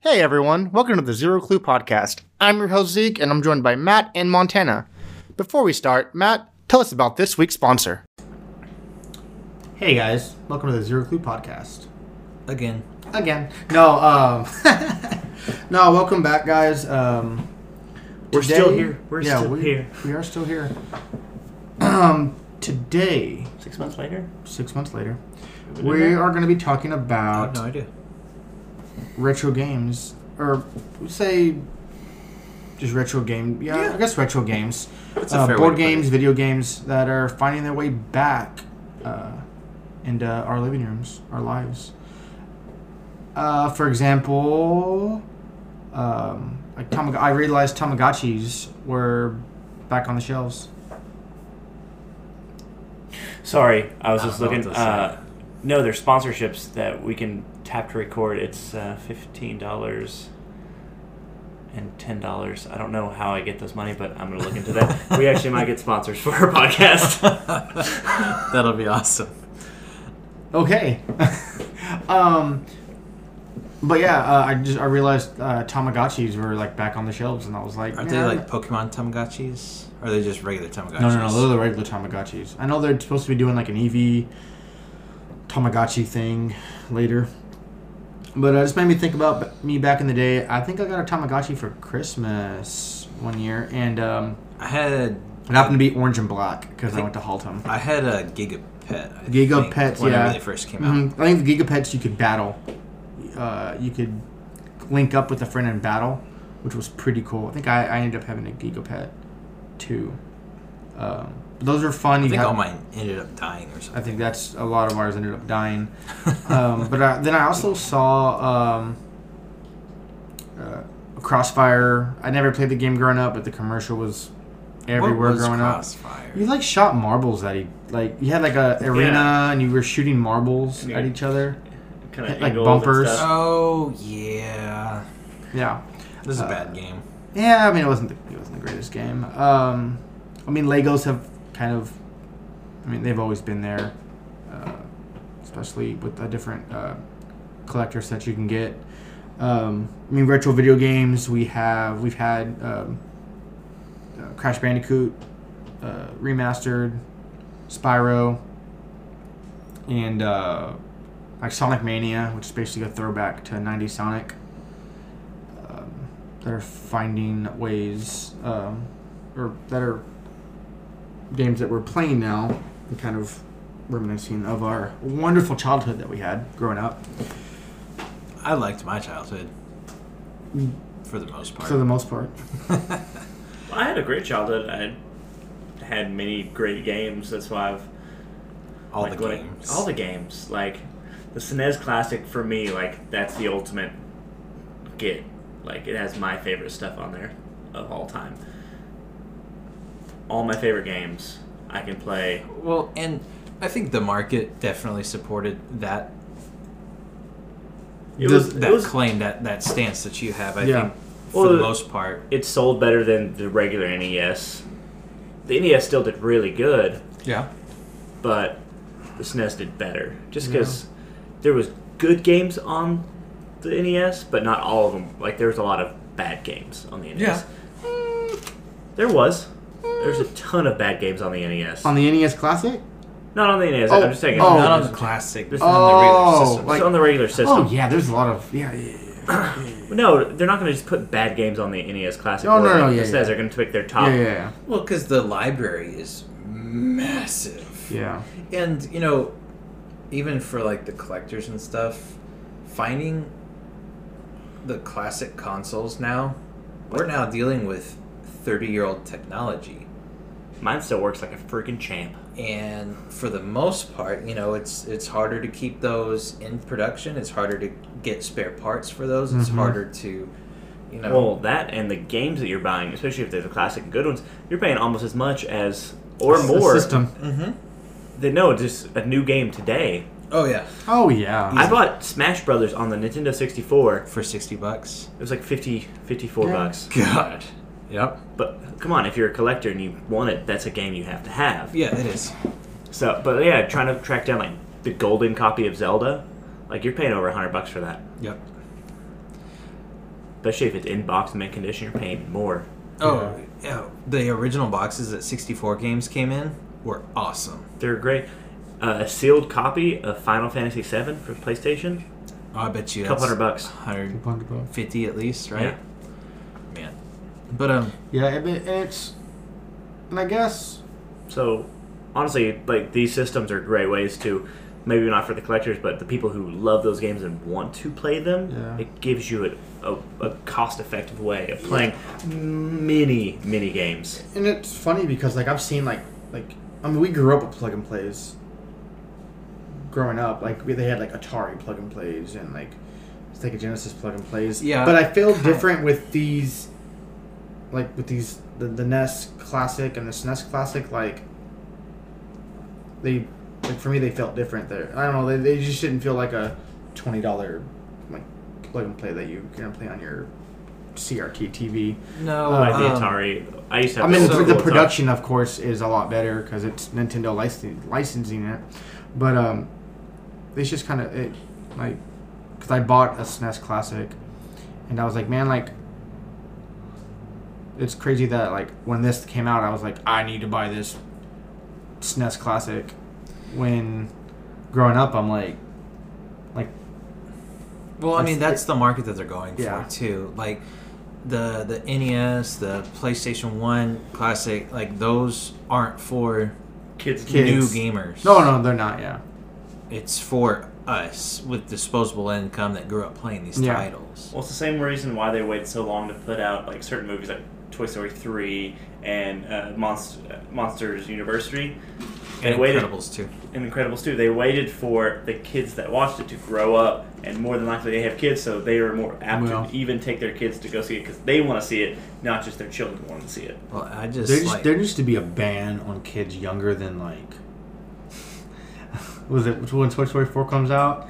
Hey everyone, welcome to the Zero Clue Podcast. I'm your host Zeke, and I'm joined by Matt and Montana. Before we start, Matt, tell us about this week's sponsor. Hey guys, welcome to the Zero Clue Podcast. again. Again. No, um No, welcome back guys. Um We're still here. We're still we, here. We are still here. Um today, Six months later? six months later, we are gonna be talking I about have Oh, no idea. retro games, or say just retro game. Yeah, Yeah. I guess retro games, a uh, fair way board to put games, video games that are finding their way back uh, into our living rooms, our lives. Uh, for example, um, like Tamag- I realized Tamagotchis were back on the shelves. Sorry, I was I just don't know looking. what to say. Uh, no, there's sponsorships that we can tap to record. It's uh, fifteen dollars and ten dollars. I don't know how I get this money, but I'm gonna look into that. we actually might get sponsors for our podcast. That'll be awesome. Okay. um, but yeah, uh, I just I realized uh, Tamagotchis were like back on the shelves, and I was like, Aren't "Man, they like Pokemon Tamagotchis? Or are they just regular Tamagotchis? No, no, no. Those are the regular Tamagotchis. I know they're supposed to be doing like an EV Tamagotchi thing later. But uh, this made me think about b- me back in the day. I think I got a Tamagotchi for Christmas one year, and um, I had it happened to be orange and black because I, think- went to Haltom. I had a Gigapet. I think, Gigapets, whenever yeah. they first came out. Mhm. I think the Gigapets you could battle. Uh, you could link up with a friend and battle, which was pretty cool. I think I, I ended up having a Gigapet too. Um, those are fun. I You think had- all mine ended up dying or I something. think that's a lot of ours ended up dying. Um, but I, then I also saw um, uh, Crossfire. I never played the game growing up, but the commercial was everywhere what was growing Crossfire? up. You like shot marbles at each like you had like a arena and you were shooting marbles Yeah. at each other. Kind Like bumpers. Oh yeah, Yeah, this is Uh, a bad game. yeah. I mean, it wasn't the, it wasn't the greatest game. Um, I mean, Legos have kind of. I mean, they've always been there, uh, especially with the different uh, collectors that you can get. Um, I mean, retro video games. We have we've had um, uh, Crash Bandicoot uh, remastered, Spyro, and uh, like Sonic Mania, which is basically a throwback to '90s Sonic. Um, that are finding ways, um, or that are games that we're playing now, and kind of reminiscing of our wonderful childhood that we had growing up. I liked my childhood Mm. for the most part. For the most part. I had a great childhood. I had many great games. That's why I've all like, the when I- games. all the games. Like the SNES Classic for me, like that's the ultimate get. Like it has my favorite stuff on there of all time. All my favorite games I can play. Well, and I think the market definitely supported that It Does was, that it was claim that that stance that you have. I Yeah. think for the Well, most part. it sold better than the regular NES. The NES still did really good, Yeah. but the SNES did better. Just because there was good games on the NES, but not all of them. Like there was a lot of bad games on the E NES. Yeah. There was. There's a ton of bad games on the NES. On the NES Classic? not on the NES. Oh, I'm just saying. oh. Not not on the classic. This This is Oh, is on the regular system. like- on the regular system. Oh, yeah, there's a lot of. Yeah, yeah, No, they're not going to just put bad games on the NES Classic. Oh, no, or no, the yeah, SNES. yeah. They're going to pick their yeah. top. Yeah, yeah, well, because the library is massive, yeah. and you know, even for like the collectors and stuff, finding the classic consoles now, we're now dealing with thirty-year-old technology, Mine still works like a freaking champ. and for the most part, you know, it's it's harder to keep those in production. It's harder to get spare parts for those. It's Mhm. harder to, you know, Mm-hmm. Well, that and the games that you're buying, especially if they're the classic and good ones, you're paying almost as much as or It's the more system. mhm. than no, just a new game today. Oh yeah, Oh, yeah. I bought Smash Brothers on the Nintendo 64. for sixty bucks. It was like 50, 54 Yeah. bucks. God. Yep. But come on, if you're a collector and you want it, that's a game you have to have. Yeah, it is. So, but yeah, trying to track down like the golden copy of Zelda, like you're paying over hundred bucks for that. Yep. especially if it's in box and mint condition, you're paying more. Oh, yeah. The original boxes that 64 games came in were awesome. They're great. Uh, a sealed copy of Final Fantasy VII for PlayStation, Oh, I bet you a couple that's hundred bucks. 150 at least, right? Man. But um Yeah, it, it- it's, and I guess So, honestly, like these systems are great ways to, maybe not for the collectors, but the people who love those games and want to play them. Yeah. It gives you a, a, a cost-effective way of playing many, many games. and it's funny because like I've seen like like I mean we grew up with plug and plays. Growing up, like we, they had like Atari plug and plays and like Sega Genesis plug and plays. Yeah. but I feel Kind- different with these, like with these the, the NES Classic and the SNES Classic. Like they like for me they felt different there. I don't know. They, they just didn't feel like a twenty dollar like plug and play that you can play on your CRT TV. no Uh, Like the um, Atari, I used to. I Have mean, So- the- the Atari. production, of course, is a lot better because it's Nintendo licen- licensing it. But um, it's just kind of it, like, because I bought a SNES Classic, and I was like, man, like, it's crazy that like when this came out, I was like, I need to buy this SNES Classic. When growing up, I'm like, like, Well, I mean That's- that's the market that they're going Yeah. for too. Like the the NES, the PlayStation 1 classic, like those aren't for Kids, Kids. new gamers. no, no, they're not. Yeah, It's for us with disposable income that grew up playing these Yeah. titles. Well, it's the same reason why they wait so long to put out like certain movies like Toy Story three and uh, Monst- Monsters University. They And waited, Incredibles too. and Incredibles too. They waited for the kids that watched it to grow up, and more than likely they have kids, so they are more apt Well. to even take their kids to go see it because they want to see it, not just their children want to see it. Well, I just there, just, like there needs to be a ban on kids younger than like was it when Toy Story Four comes out?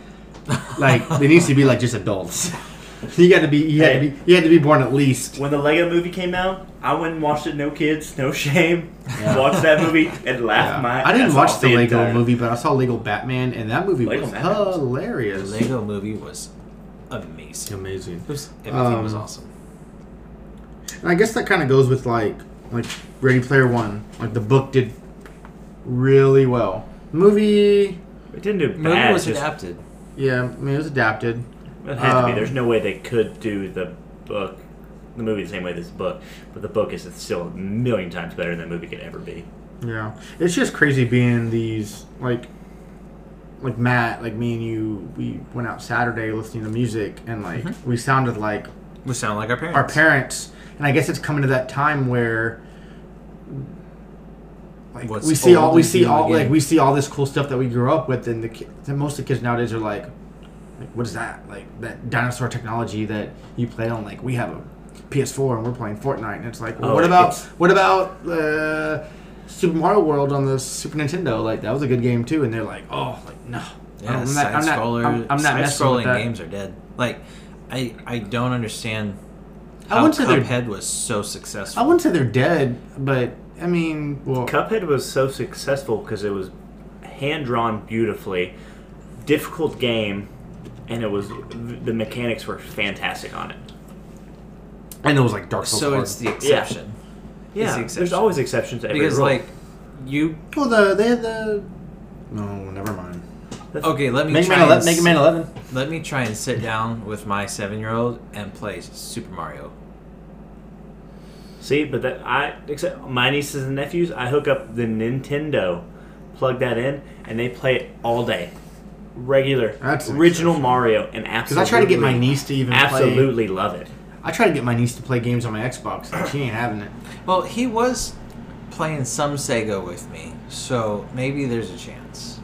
Like there needs to be like just adults. you got to be you had to be you had to be born at least. When the Lego movie came out, I went and watched it. No kids, no shame. Yeah. Watched that movie and laughed Yeah. my. I didn't ass watch off the, Lego entire- movie, but I saw Lego Batman, and that movie Lego was Batman was- the hilarious. Lego movie was amazing. Amazing. It was, everything was Um, awesome. And I guess that kind of goes with like like Ready Player One. Like the book did really well. Movie, It didn't do bad. Movie was just- adapted. yeah, I mean it was adapted. It had to be. Um, There's no way they could do the book, the movie the same way this book, but the book is still a million times better than the movie could ever be. Yeah, it's just crazy being these like, like Matt, like me and you. We went out Saturday listening to music, and like we sounded like We sound like our parents. our parents. And I guess it's coming to that time where, like, What's we see all old we is see new all again. like we see all this cool stuff that we grew up with, and the, ki- the most of the kids nowadays are like, like, what is that? Like that dinosaur technology that you play on? Like we have a PS4 and we're playing Fortnite, and it's like, well, Oh, what about it's- what about uh, Super Mario World on the Super Nintendo? Like that was a good game too, and they're like, oh, like no, Yeah, I'm side not, I'm not, scroller, I'm, I'm not side messing with scrolling that. games are dead. Like, I I don't understand I how wouldn't say they're- Cuphead was so I successful. wouldn't say they're dead, but I mean, well, Cuphead was so successful because it was hand drawn beautifully, difficult game, and it was the mechanics were fantastic on it. and it was like Dark Souls. so hard. it's the exception Yeah, the there's exception. always exceptions to every because rule. like you Well, the they had the. No, never mind. okay. Let me Mega try Man, and, ele- s- Mega Man Eleven. Let me try and sit down with my seven year old and play Super Mario. See, but that I except my nieces and nephews, I hook up the Nintendo, plug that in, and they play it all day. Regular, That's an original exception. Mario, and Because absolutely. I try to get my niece to even play. absolutely love it. I try to get my niece to play games on my Xbox, and she ain't having it. Well, he was playing some Sega with me, so maybe there's a chance.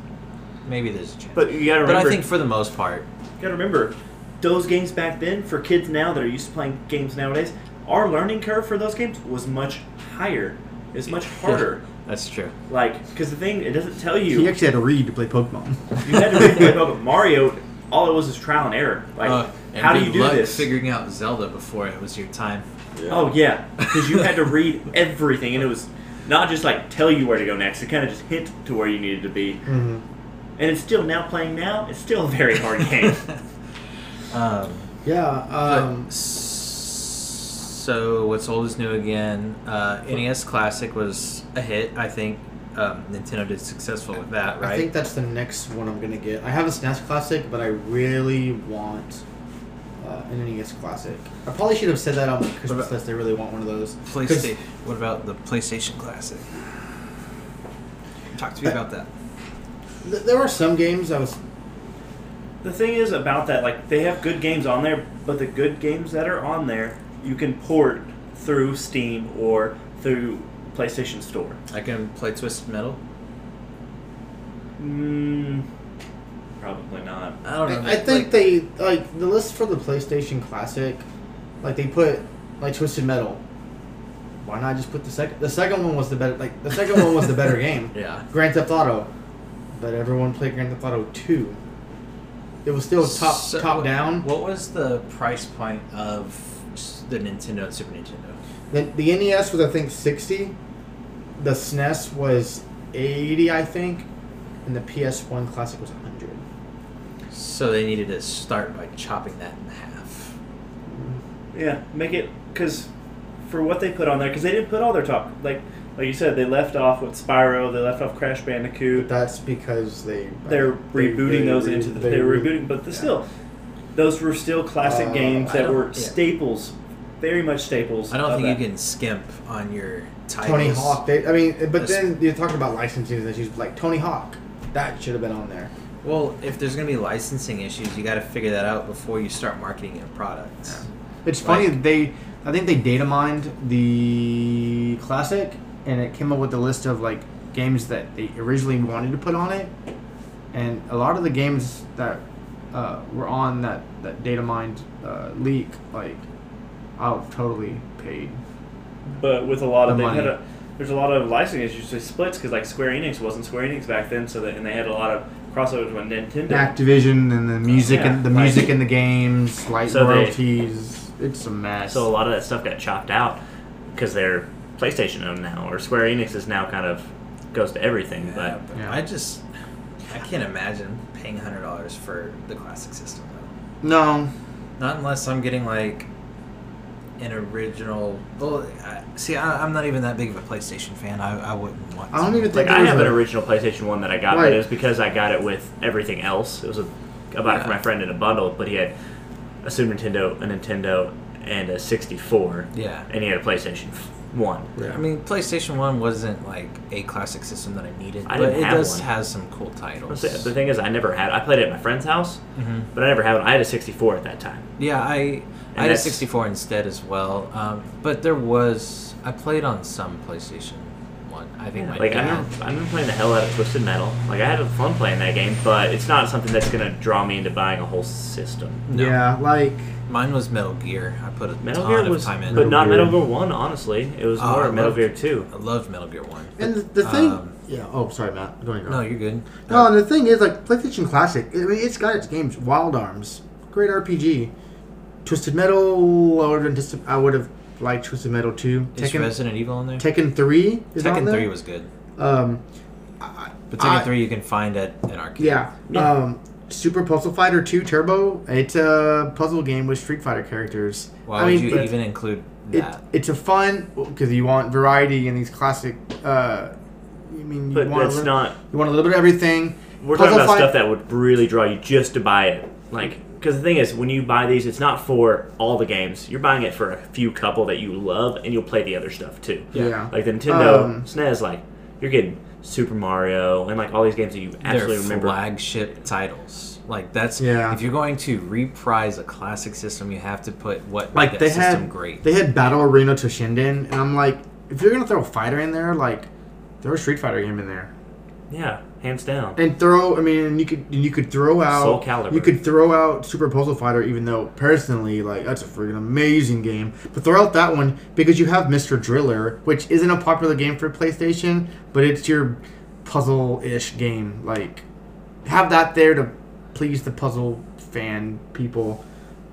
Maybe there's a chance. But you gotta but I remember, think for the most part, you gotta remember, those games back then for kids now that are used to playing games nowadays, our learning curve for those games was much higher. It's much harder. that's true. like, because the thing it doesn't tell you. She actually had to read to play Pokemon. You had to read the book. but Mario, all it was is trial and error. Like, Uh, and how do good you do luck this? Figuring out Zelda before it was your time. Oh yeah, because you had to read everything, and it was not just like tell you where to go next. It kind of just hint to where you needed to be. Mhm. And it's still now playing now. It's still a very hard game. um, Yeah. but Um, s- So what's old is new again. Uh, NES Classic was a hit. I think um, Nintendo did successful with that, right? I think that's the next one I'm gonna get. I have a SNES Classic, but I really want uh, an NES Classic. I probably should have said that on my Christmas about- list. I really want one of those. 'Cause PlayStation. What about the PlayStation Classic? Talk to me about that. th- there were some games I was. The thing is about that, like they have good games on there, but the good games that are on there, you can port through Steam or through PlayStation Store. I can play Twisted Metal. Mm, probably not. I don't know. I, I think they like the list for the PlayStation Classic. Like they put like Twisted Metal. Why not just put the second? The second one was the better. Like the second one was the better game. Yeah. Grand Theft Auto, but everyone played Grand Theft Auto Two. It was still top So, top what- down. What was the price point of s- the Nintendo and Super Nintendo? The, the NES was I think sixty. The SNES was eighty, I think, and the PS One Classic was hundred. So they needed to start by chopping that in half. Yeah, make it because for what they put on there, because they didn't put all their top like like you said, they left off with Spyro, they left off Crash Bandicoot. That's because they uh, They're they- rebooting they those re- into the they they're re- rebooting, but the, yeah. still, those were still classic Uh, games I that don't- were yeah. staples, very much staples. I don't of think that. you can skimp on your titles. Tony Hawk. They, I mean, but That's- then you talk about licensing issues. Like Tony Hawk, that should have been on there. Well, if there's gonna be licensing issues, you got to figure that out before you start marketing your products. It's Like- funny they. I think they data mined the classic, and it came up with a list of like games that they originally wanted to put on it, and a lot of the games that uh, were on that that data mined uh, leak, like I've totally paid. but with a lot of The they had money. a, there's a lot of licensing issues with splits because like Square Enix wasn't Square Enix back then, so that and they had a lot of crossovers with Nintendo. Activision and the music Yeah, and the like- music and the games, like So they- royalties. it's a mess. So uh, a lot of that stuff got chopped out because they're PlayStation owned now, or Square Enix is now kind of goes to everything. Yeah, but Yeah. I just, I can't imagine paying hundred dollars for the classic system. Though. no, Not unless I'm getting like an original. Well, I, see, I, I'm not even that big of a PlayStation fan. I, I wouldn't want. I don't to. even But like think I it was have an a- original PlayStation One that I got, but Right. it was because I got it with everything else. It was a, I bought it for Yeah. my friend in a bundle, but he had a Super Nintendo, a Nintendo, and a 64, Yeah. and he had a PlayStation One. I mean, PlayStation One wasn't like a classic system that I needed, I but didn't it have does one. have some cool titles. The the thing is, I never had. I played it at my friend's house, Mhm. but I never had one. I had a 64 at that time. Yeah, I I had a that's- 64 instead as well. Um, but there was I played on some PlayStation One. I think my Like I dad- remember, I remember playing the hell out of Twisted Metal. Like I had fun playing that game, but it's not something that's gonna draw me into buying a whole system. No. yeah, like. Mine was Metal Gear. I put a Metal ton Gear of was, time in. but not Metal Metal Gear. Gear One. Honestly, it was Oh, more I Metal loved- Gear Two. I loved Metal Gear One. And the, the thing, Um, yeah. Oh, sorry, Matt. Go ahead. no, you're good. no, and the thing is, like PlayStation Classic, I mean, it's got its games. Wild Arms, great RPG. Twisted Metal, I would have, anticip- I would have liked Twisted Metal too. is Tekken, Resident Evil in there? Tekken Three is on Tekken there. Three was good, Um, I, but Tekken I- Three you can find at an arcade. yeah. Yeah. Um, Super Puzzle Fighter Two Turbo. It's a puzzle game with Street Fighter characters. Why I would mean, you but- even include it, that? it's a fun because you want variety in these classic. Uh, I mean, you But want a that's little- not. You want a little bit of everything. We're Puzzle talking about fight- stuff that would really draw you just to buy it. Like, because the thing is, when you buy these, it's not for all the games. You're buying it for a few couple that you love, and you'll play the other stuff too. Yeah. Like the Nintendo Um, SNES, like you're getting Super Mario and like all these games that you They're absolutely remember. flagship titles. Like that's Yeah. if you're going to reprise a classic system, you have to put what like made that they system had great. they had Battle Arena to Shinden, and I'm like, if you're gonna throw a fighter in there, like throw a Street Fighter game in there, Yeah, hands down. and throw. I mean, and you could and you could throw out Soul Calibur. You could throw out Super Puzzle Fighter, even though personally, like that's a freaking amazing game. But throw out that one because you have Mr. Driller, which isn't a popular game for PlayStation, but it's your puzzle-ish game. Like have that there to please the puzzle fan people.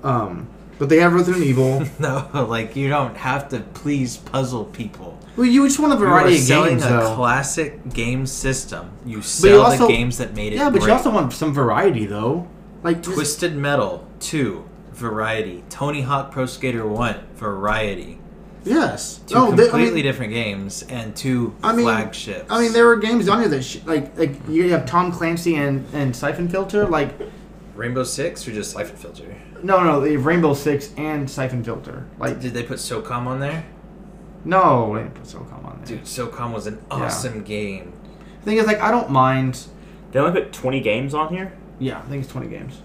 Um, but they have Resident Evil. no, like you don't have to please puzzle people. Well, you just want a You are variety of selling games, a though. classic game system. You sell also- the games that made it. yeah, but great. you also want some variety, though. Like just- Twisted Metal 2, Variety. Tony Hawk Pro Skater 1, Variety. Yes. Two no, they, I completely mean, different games and two I mean- flagships. I mean, there were games on here that sh- like like you have Tom Clancy and and Siphon Filter. Like Rainbow Six or just Life and Filter. no no they have Rainbow Six and Siphon Filter. Like Did they put SOCOM on there? no, they didn't put SOCOM on there. Dude, SOCOM was an awesome game. The thing is, like I don't mind. They only put 20 games on here? Yeah, I think it's twenty games,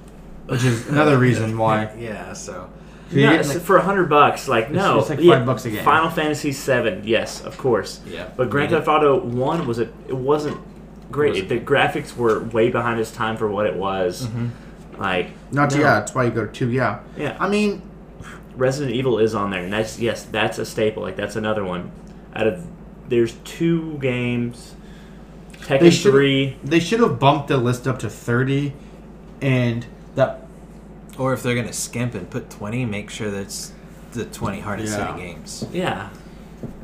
which is another reason why. Yeah, so You No, get, it's like- for 100 bucks. Like, It's- no. it's like five bucks a game. Final Fantasy 7, yes, of course. yeah. But Grand Theft Auto 1 was a, it wasn't great. Wasn't. the graphics were way behind its time for what it was. Mhm. Like, Not No. yeah, that's why you go to two. Yeah, yeah. I mean, Resident Evil is on there, and that's yes, that's a staple. Like that's another one. Out of there's two games, They Tekken should- three. they should have bumped the list up to thirty, and that Or if they're gonna skimp and put twenty, make sure that's the twenty hardest Yeah. hitting games. Yeah,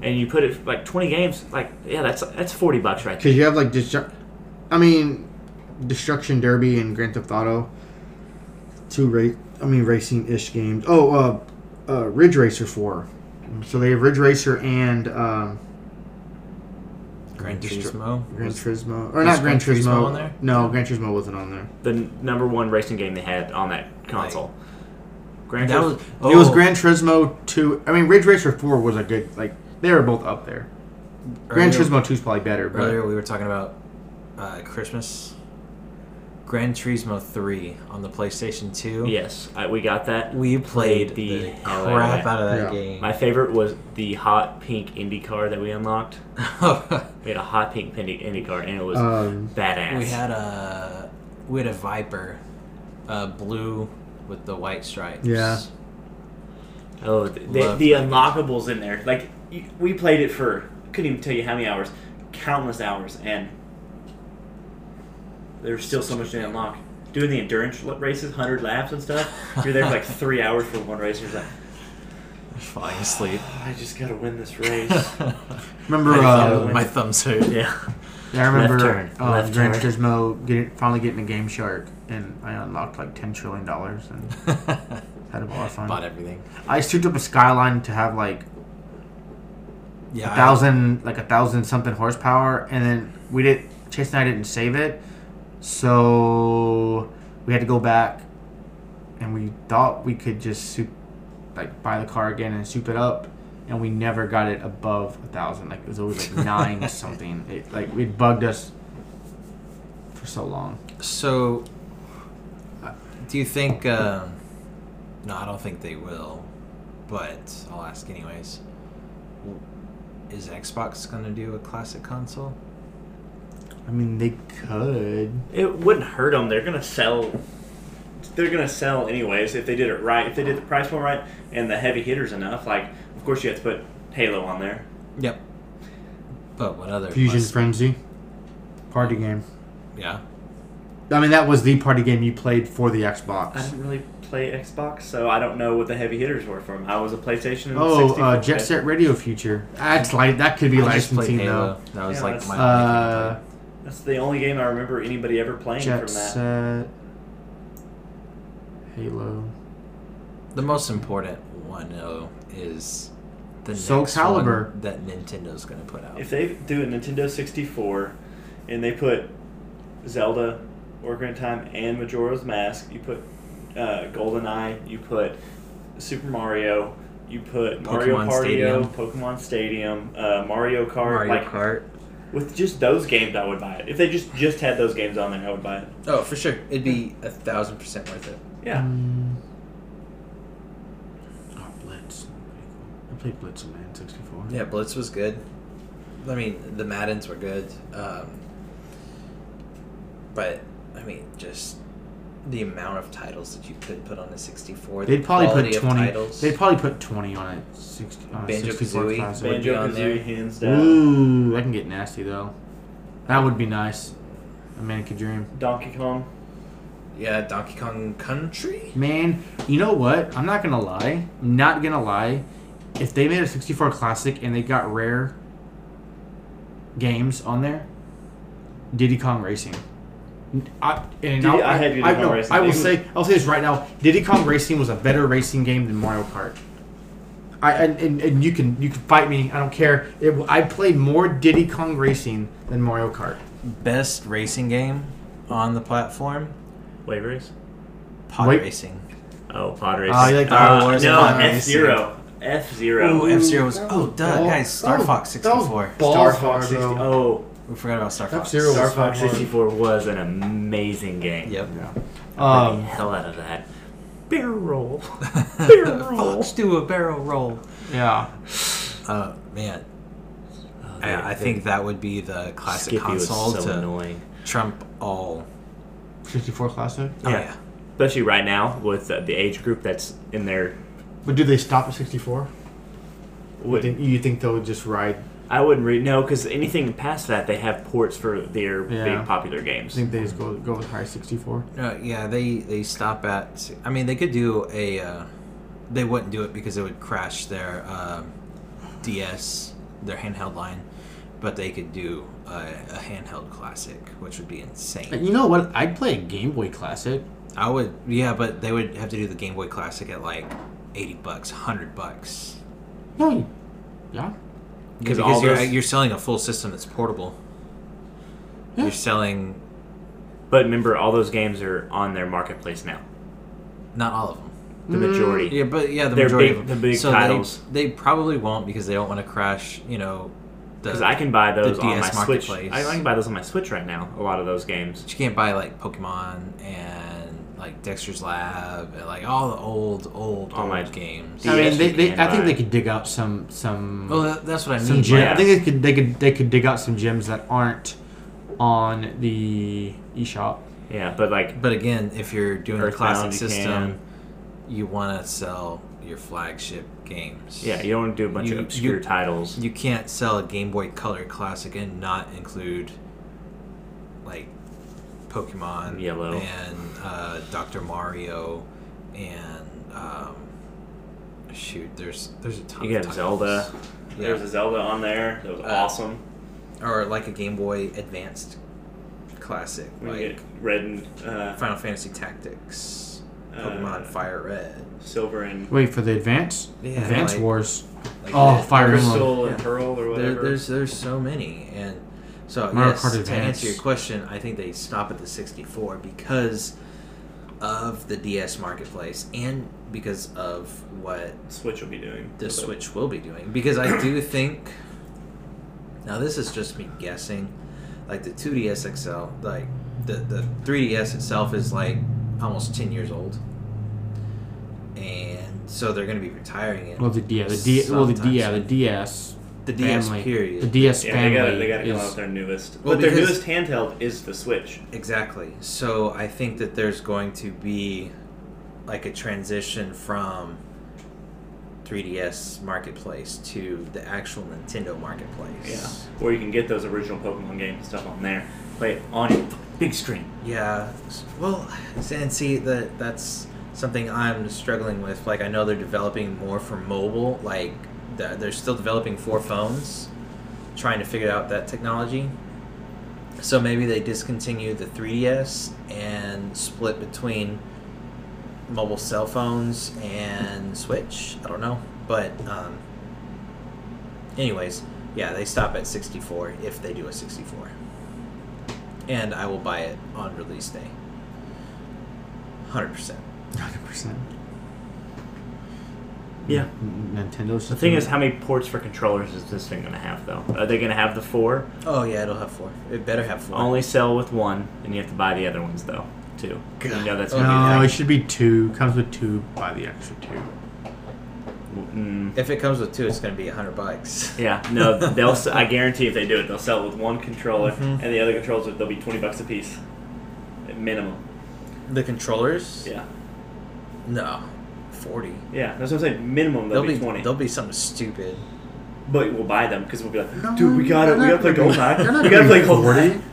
and you put it like twenty games. Like yeah, that's that's forty bucks right there. because you have like destruct. I mean, Destruction Derby and Grand Theft Auto. Two race. I mean, racing ish games. Oh, uh, uh, Ridge Racer four. So they have Ridge Racer and um, Gran Destru- Turismo. Gran was- Turismo, or was not Gran Gran Turismo Turismo. on there? No, Gran Turismo wasn't on there. The n- number one racing game they had on that console. Grand that Theft- was It was oh, Gran Turismo two. I mean, Ridge Racer four was a good like. They were both up there. Gran earlier- Turismo two is probably better, but Earlier we were talking about uh, Christmas. Gran Turismo three on the PlayStation two. yes, I, we got that. We played the the, hell crap out out of Yeah. that game. My favorite was the hot pink Indy car that we unlocked. We had a hot pink Indy Indy car, and it was um, badass. we had a we had a Viper, uh, blue with the white stripes. Yeah. Oh, the, the, Love the that. unlockables in there. Like, y- we played it for, couldn't even tell you how many hours, countless hours, and there's still so much to unlock. Doing the endurance l- races, 100 laps and stuff, you're there for like three hours for one race, and you're just like, falling asleep. "Oh, I just gotta win this race. My remember I uh, think- thumbs hurt. yeah. Yeah, I remember turn, um, left Gran turn. Turismo getting, finally getting a Game Shark, and I unlocked like ten trillion dollars and had a ball of Bought fun. everything. I souped up a Skyline to have like Yeah. a thousand, like a thousand something horsepower, and then we did Chase and I didn't save it, so we had to go back, and we thought we could just soup, like buy the car again and soup it up. And we never got it above a thousand. Like it was always like nine something. It, like it bugged us for so long. So, uh, do you think? Um, no, I don't think they will. But I'll ask anyways. W- Is Xbox gonna do a classic console? I mean, they could. It wouldn't hurt them. They're gonna sell. They're gonna sell anyways if they did it right. If they did the price point right and the heavy hitters enough, like of course you have to put Halo on there. Yep. But what other? Fusion plus- Frenzy. Party game. Yeah. I mean, that was the party game you played for the I Xbox. didn't really play Xbox, so I don't know what the heavy hitters were from. I was a PlayStation. and Oh, 64 uh, Jet guy. Set Radio Future. That's like that could be I just played licensing Halo. though. That was Yeah, like that's- my. only Uh, game That's the only game I remember anybody ever playing Jet from that. Set. Halo. I played. the most important one though is the Soul next one Calibur. that Nintendo's gonna put out. If they do a Nintendo 64 and they put Zelda, Ocarina of Time, and Majora's Mask, you put uh, GoldenEye, you put Super Mario, you put Mario Pokemon Party, Stadium. Pokemon Stadium, uh, Mario Kart. Mario like Kart. with just those games, I would buy it. If they just just had those games on there, I would buy it. Oh, for sure. It'd be a thousand percent worth it. Yeah. Mm. Oh, Blitz. I played Blitz on my N64. Yeah, Blitz was good. I mean, the Maddens were good. Um, but, I mean, just the amount of titles that you could put on a 64. the They'd probably quality put of twenty. titles. They'd probably put twenty on it. Sixty. On a Banjo 64 Kazooie. classic. would be Banjo on there. Kazooie, hands down. Ooh, that can get nasty though. That would be nice. A man could dream. Donkey Kong. yeah, Donkey Kong Country? Man, you know what? I'm not gonna lie. I'm not gonna lie. If they made a 64 classic and they got rare games on there, Diddy Kong Racing. I, and Diddy- I'll- I had Diddy I, Kong no, Racing. I will It was- say, I'll say this right now. Diddy Kong Racing was a better racing game than Mario Kart. I and, and, and you can you can fight me. I don't care. It, I played more Diddy Kong Racing than Mario Kart. Best racing game on the platform? Waivers? Pod Wait. racing. Oh, pod racing. Ah, you like the Uh, Wars No, pod F Zero. F Oh, Zero. F Zero was. that Oh, was duh, ball- guys, Star that was- Fox that was 64. ball Star hard, Fox though. Oh, We forgot about Star Fox. F-Zero. Star was Fox fun. 64 was an amazing game. Yep. Yeah. I played Um, the hell out of that. Barrel roll. Fox do a barrel roll. yeah. Uh, man, Oh, that- I, I think that would be the classic Skippy was console so to annoying. trump all. 64 classic. Oh, Yeah. yeah. Especially right now with uh, the age group that's in there. But do they stop at 64? You Would, think, you think they'll just ride? I wouldn't read no because anything past that they have ports for their Yeah. big popular games. I think they just go go with high 64. No, Uh, yeah, they they stop at. I mean, they could do a. Uh, they wouldn't do it because it would crash their um DS, their handheld line, but they could do a, a handheld classic, which would be And insane. Uh, you know what? I'd play a Game Boy Classic. I would, yeah, but they would have to do the Game Boy Classic at like eighty bucks, hundred bucks, No. you- Yeah. because all you're those- you're selling a full system that's portable. You're selling But remember, all those games are on their marketplace now. not all of them. The Mm. majority. Yeah, but yeah, the They're majority big- of them. the big so titles. They, they probably won't because they don't want to crash. You know, the- Because I can buy those the on my DS Switch. I, marketplace. I can buy those on my Switch right now. A lot of those games. But you can't buy like Pokemon and like Dexter's Lab and like all the old, old, All old my games. DS I mean, they, you they, can I think buy. they could dig out some some Well, that, that's what I some mean. gem. Like, yeah. I think they could they could they could dig out some gems that aren't on the eShop. Yeah, but like but again, if you're doing a Earthbound, classic you system, you want to sell your flagship games. yeah, you don't want to do a bunch You- of obscure you- titles. You can't sell a Game Boy Color Classic and not include like Pokemon Yellow. and uh, Doctor Mario and um, shoot, there's there's a ton. You of got titles. Zelda. Yeah. There was a Zelda on there. That was Uh, awesome. or like a Game Boy Advanced Classic, We like get red and uh, Final Fantasy Tactics, Pokemon Uh, Fire Red, silver and Wait for the advance Yeah, advance like- wars. like Oh, that. Fire Emblem. crystal and pearl or There, whatever. there's there's so many, and so Mario yes, Kart to Advance. answer your question, I think they stop at the 64 because of the DS marketplace and because of what Switch will be doing. the But- Switch will be doing. Because I do think now this is just me guessing, like the 2DS XL, like the the 3DS itself is like almost 10 years old, and so they're going to be retiring it. Well, the yeah, the D, well the D, yeah, the Sometimes. DS the DS family, period. the DS Yeah, they family gotta, they gotta come out is with their newest. Well, but their because- newest handheld is the Switch. Exactly. So I think that there's going to be like a transition from 3DS marketplace to the actual Nintendo Yeah, marketplace. where you can get those original Pokemon games and stuff on there. Play it on your big screen. Yeah. Yeah. s- Well, s- and see that that's something I'm struggling with. Like I know they're developing more for mobile. Like they're they're still developing for phones, trying to figure out that technology. So maybe they discontinue the 3DS and split between mobile cell phones and Switch. I don't know, but um, anyways, yeah, they stop at 64 if they do a 64, and I will buy it on release day. Hundred percent. 100%. Yeah. N- Nintendo's The thing Mm-hmm. is, how many ports for controllers is this thing gonna have though? Are they gonna have the four? Oh yeah, it'll have four. It better have four. Only sell with one, and you have to buy the other ones though. Two. You know Uh, that's gonna no, be it should be two. Comes with two. Buy the extra two. uh, like, mm, if it comes with two, it's gonna be hundred bucks. yeah. No, they'll. s- I guarantee if they do it, they'll sell it with one controller, Mhm. and the other controllers they'll be twenty bucks a piece, at minimum. the controllers. Yeah. No, forty. Yeah, that's what I'm saying. Minimum they'll, They'll be, be twenty. they'll be something stupid. But we'll buy them because we'll be like, No, dude, we got they're it. We not got to play gonna be- they're GoldenEye. not We got to gonna play be GoldenEye. 40.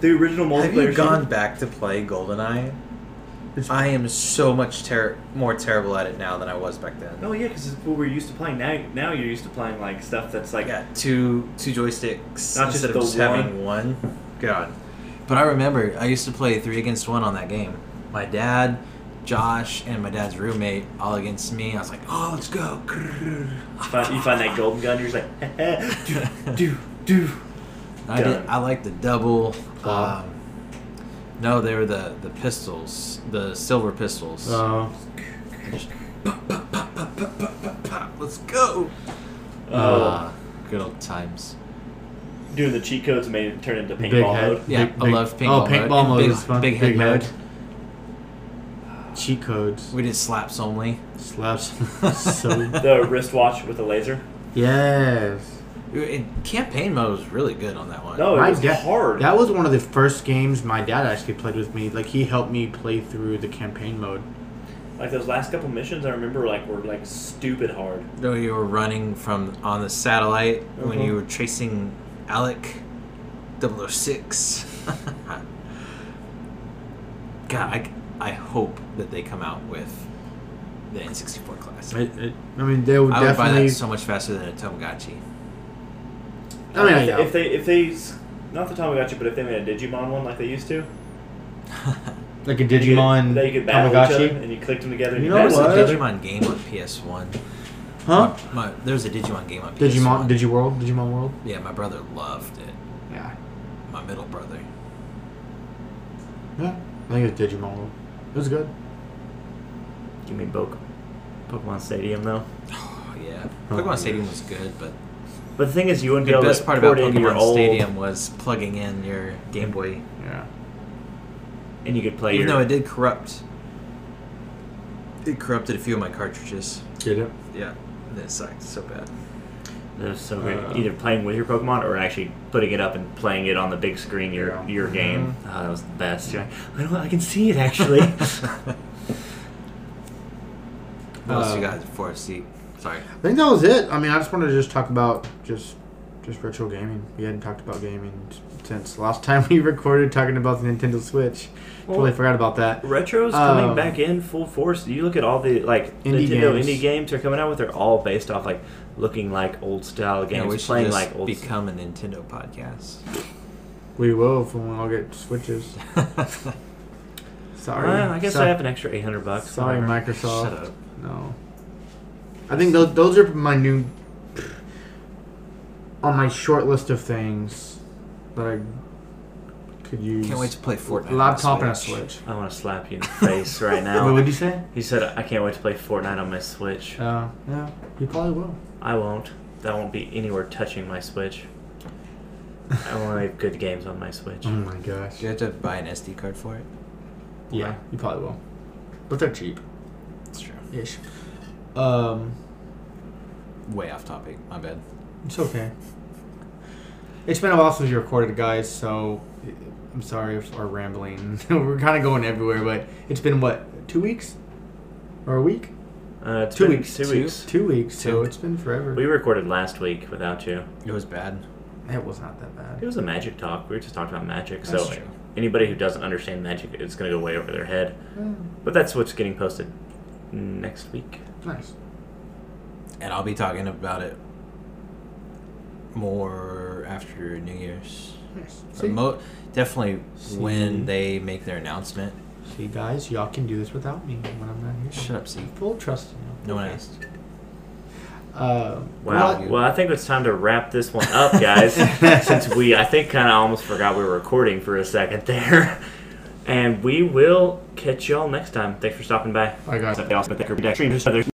The original Have multiplayer. you gone shooter. back to play GoldenEye? It's- I am so much ter- more terrible at it now than I was back then. Oh yeah, because it's what we're used to playing. Now, now you're used to playing like stuff that's I like got two two joysticks Not just instead the of just having one. God. But I remember I used to play three against one on that game. My dad Josh and my dad's roommate all against me. I was like, oh, let's go. Find- you find that golden gun, you're just like, do, do, do. I Done. did. I like the double. Bob. Um, no, they were the the pistols, the silver pistols. Oh. Let's go. Oh. Uh, good old times. Doing the cheat codes made it turn into Big paintball head. mode. Yeah, Big- I big- love oh, paintball. paintball mode Big, is fun. Big head Big mode. head. Cheat codes. We did slaps only. Slaps. so. The wristwatch with a laser. Yes. And campaign mode was really good on that one. No, Oh, it My was dad- hard. That was one of the first games my dad actually played with me. Like, he helped me play through the campaign mode. like those last couple missions, I remember like were like stupid hard. No, you were running from on the satellite when Mm-hmm. Mhm. you were chasing Alec 006. God, I, I hope that they come out with the N64 class. It, it, I mean, they would I would buy definitely. that so much faster than a Tomogachi. I mean, I if, know. if they if they s- not the Tamagotchi, but if they made a Digimon one like they used to, like a you Digimon. could, they could battle each other Tamagotchi. and you clicked them together. And You you, know There battled was a what? each other. Digimon game on PS1. Huh? My, my- there was a Digimon game on PS1. Digimon. Digiworld? Digimon World? Yeah, my brother loved it. Yeah. My middle brother. Yeah. I think it was Digimon World. It was good. Give me Poke, Pokemon Stadium though. Oh, yeah. Oh, Pokemon yeah. Stadium was good, but But the thing is, you wouldn't be the able best to part port about in your Pokemon old, Stadium was plugging in your Game Boy. Yeah. and you could play Even your. though it did corrupt, it corrupted a few of my cartridges. Get it? Yeah, that sucked so bad. That was so great. Uh, Either playing with your Pokemon or actually putting it up and playing it on the big screen, your Yeah. your game. Mm-hmm. Oh, that was the best. You're like, I, don't, I can see it actually. What else you Uh, got for a seat? Sorry. I think that was it. I mean, I just wanted to just talk about just just retro gaming. We hadn't talked about gaming since last time we recorded talking about the Nintendo Switch. totally Well- forgot about that. Retro's Um, coming back in full force. You look at all the like Indie Nintendo games. indie games they're coming out with. They're all based off like looking like old style Yeah, games, we should playing just like old. become a Nintendo podcast. We will if we all get Switches. Sorry. Well, I guess Sorry. I have an extra eight hundred bucks. Sorry, whatever. Microsoft. Shut up. No. I think those those are my new on my short list of things that I could use. Can't wait to play Fortnite. on the laptop and a Switch. I want to slap you in the face right What now. would you say? He said, "I can't wait to play Fortnite on my Switch." Uh, yeah, you probably will. I won't. That won't be anywhere touching my Switch. I only have good games on my Switch. Oh my gosh. Do you have to buy an SD card for it? Yeah, you probably will. But they're cheap. That's true. Ish. Um, Way off topic. My bad. it's okay. It's been a while since you recorded, guys, so I'm sorry if we're rambling. We're kind of going everywhere, but it's been what, two weeks? Or a week? Uh, it's Mm-hmm. Two been weeks. Two, Two? weeks. Two weeks, so Two. it's been forever. We recorded last week without you. It was bad. it was not that It bad. was a magic talk. We were just talking about magic. That's so true. anybody who doesn't understand magic, it's going to go way over their head. Mm, But that's what's getting posted next week. nice. And I'll be talking about it more after New Year's. Nice. But See? Mo- definitely See? when they make their announcement. See, guys, y'all can do this without me when I'm not here. Shut up, see. Full trust in you. No one asked. Uh, Wow. Well- well, I think it's time to wrap this one up, guys. since we, I think, kind of almost forgot we were recording for a second there. And we will catch y'all next time. Thanks for stopping by. I got They also- but they could be extra-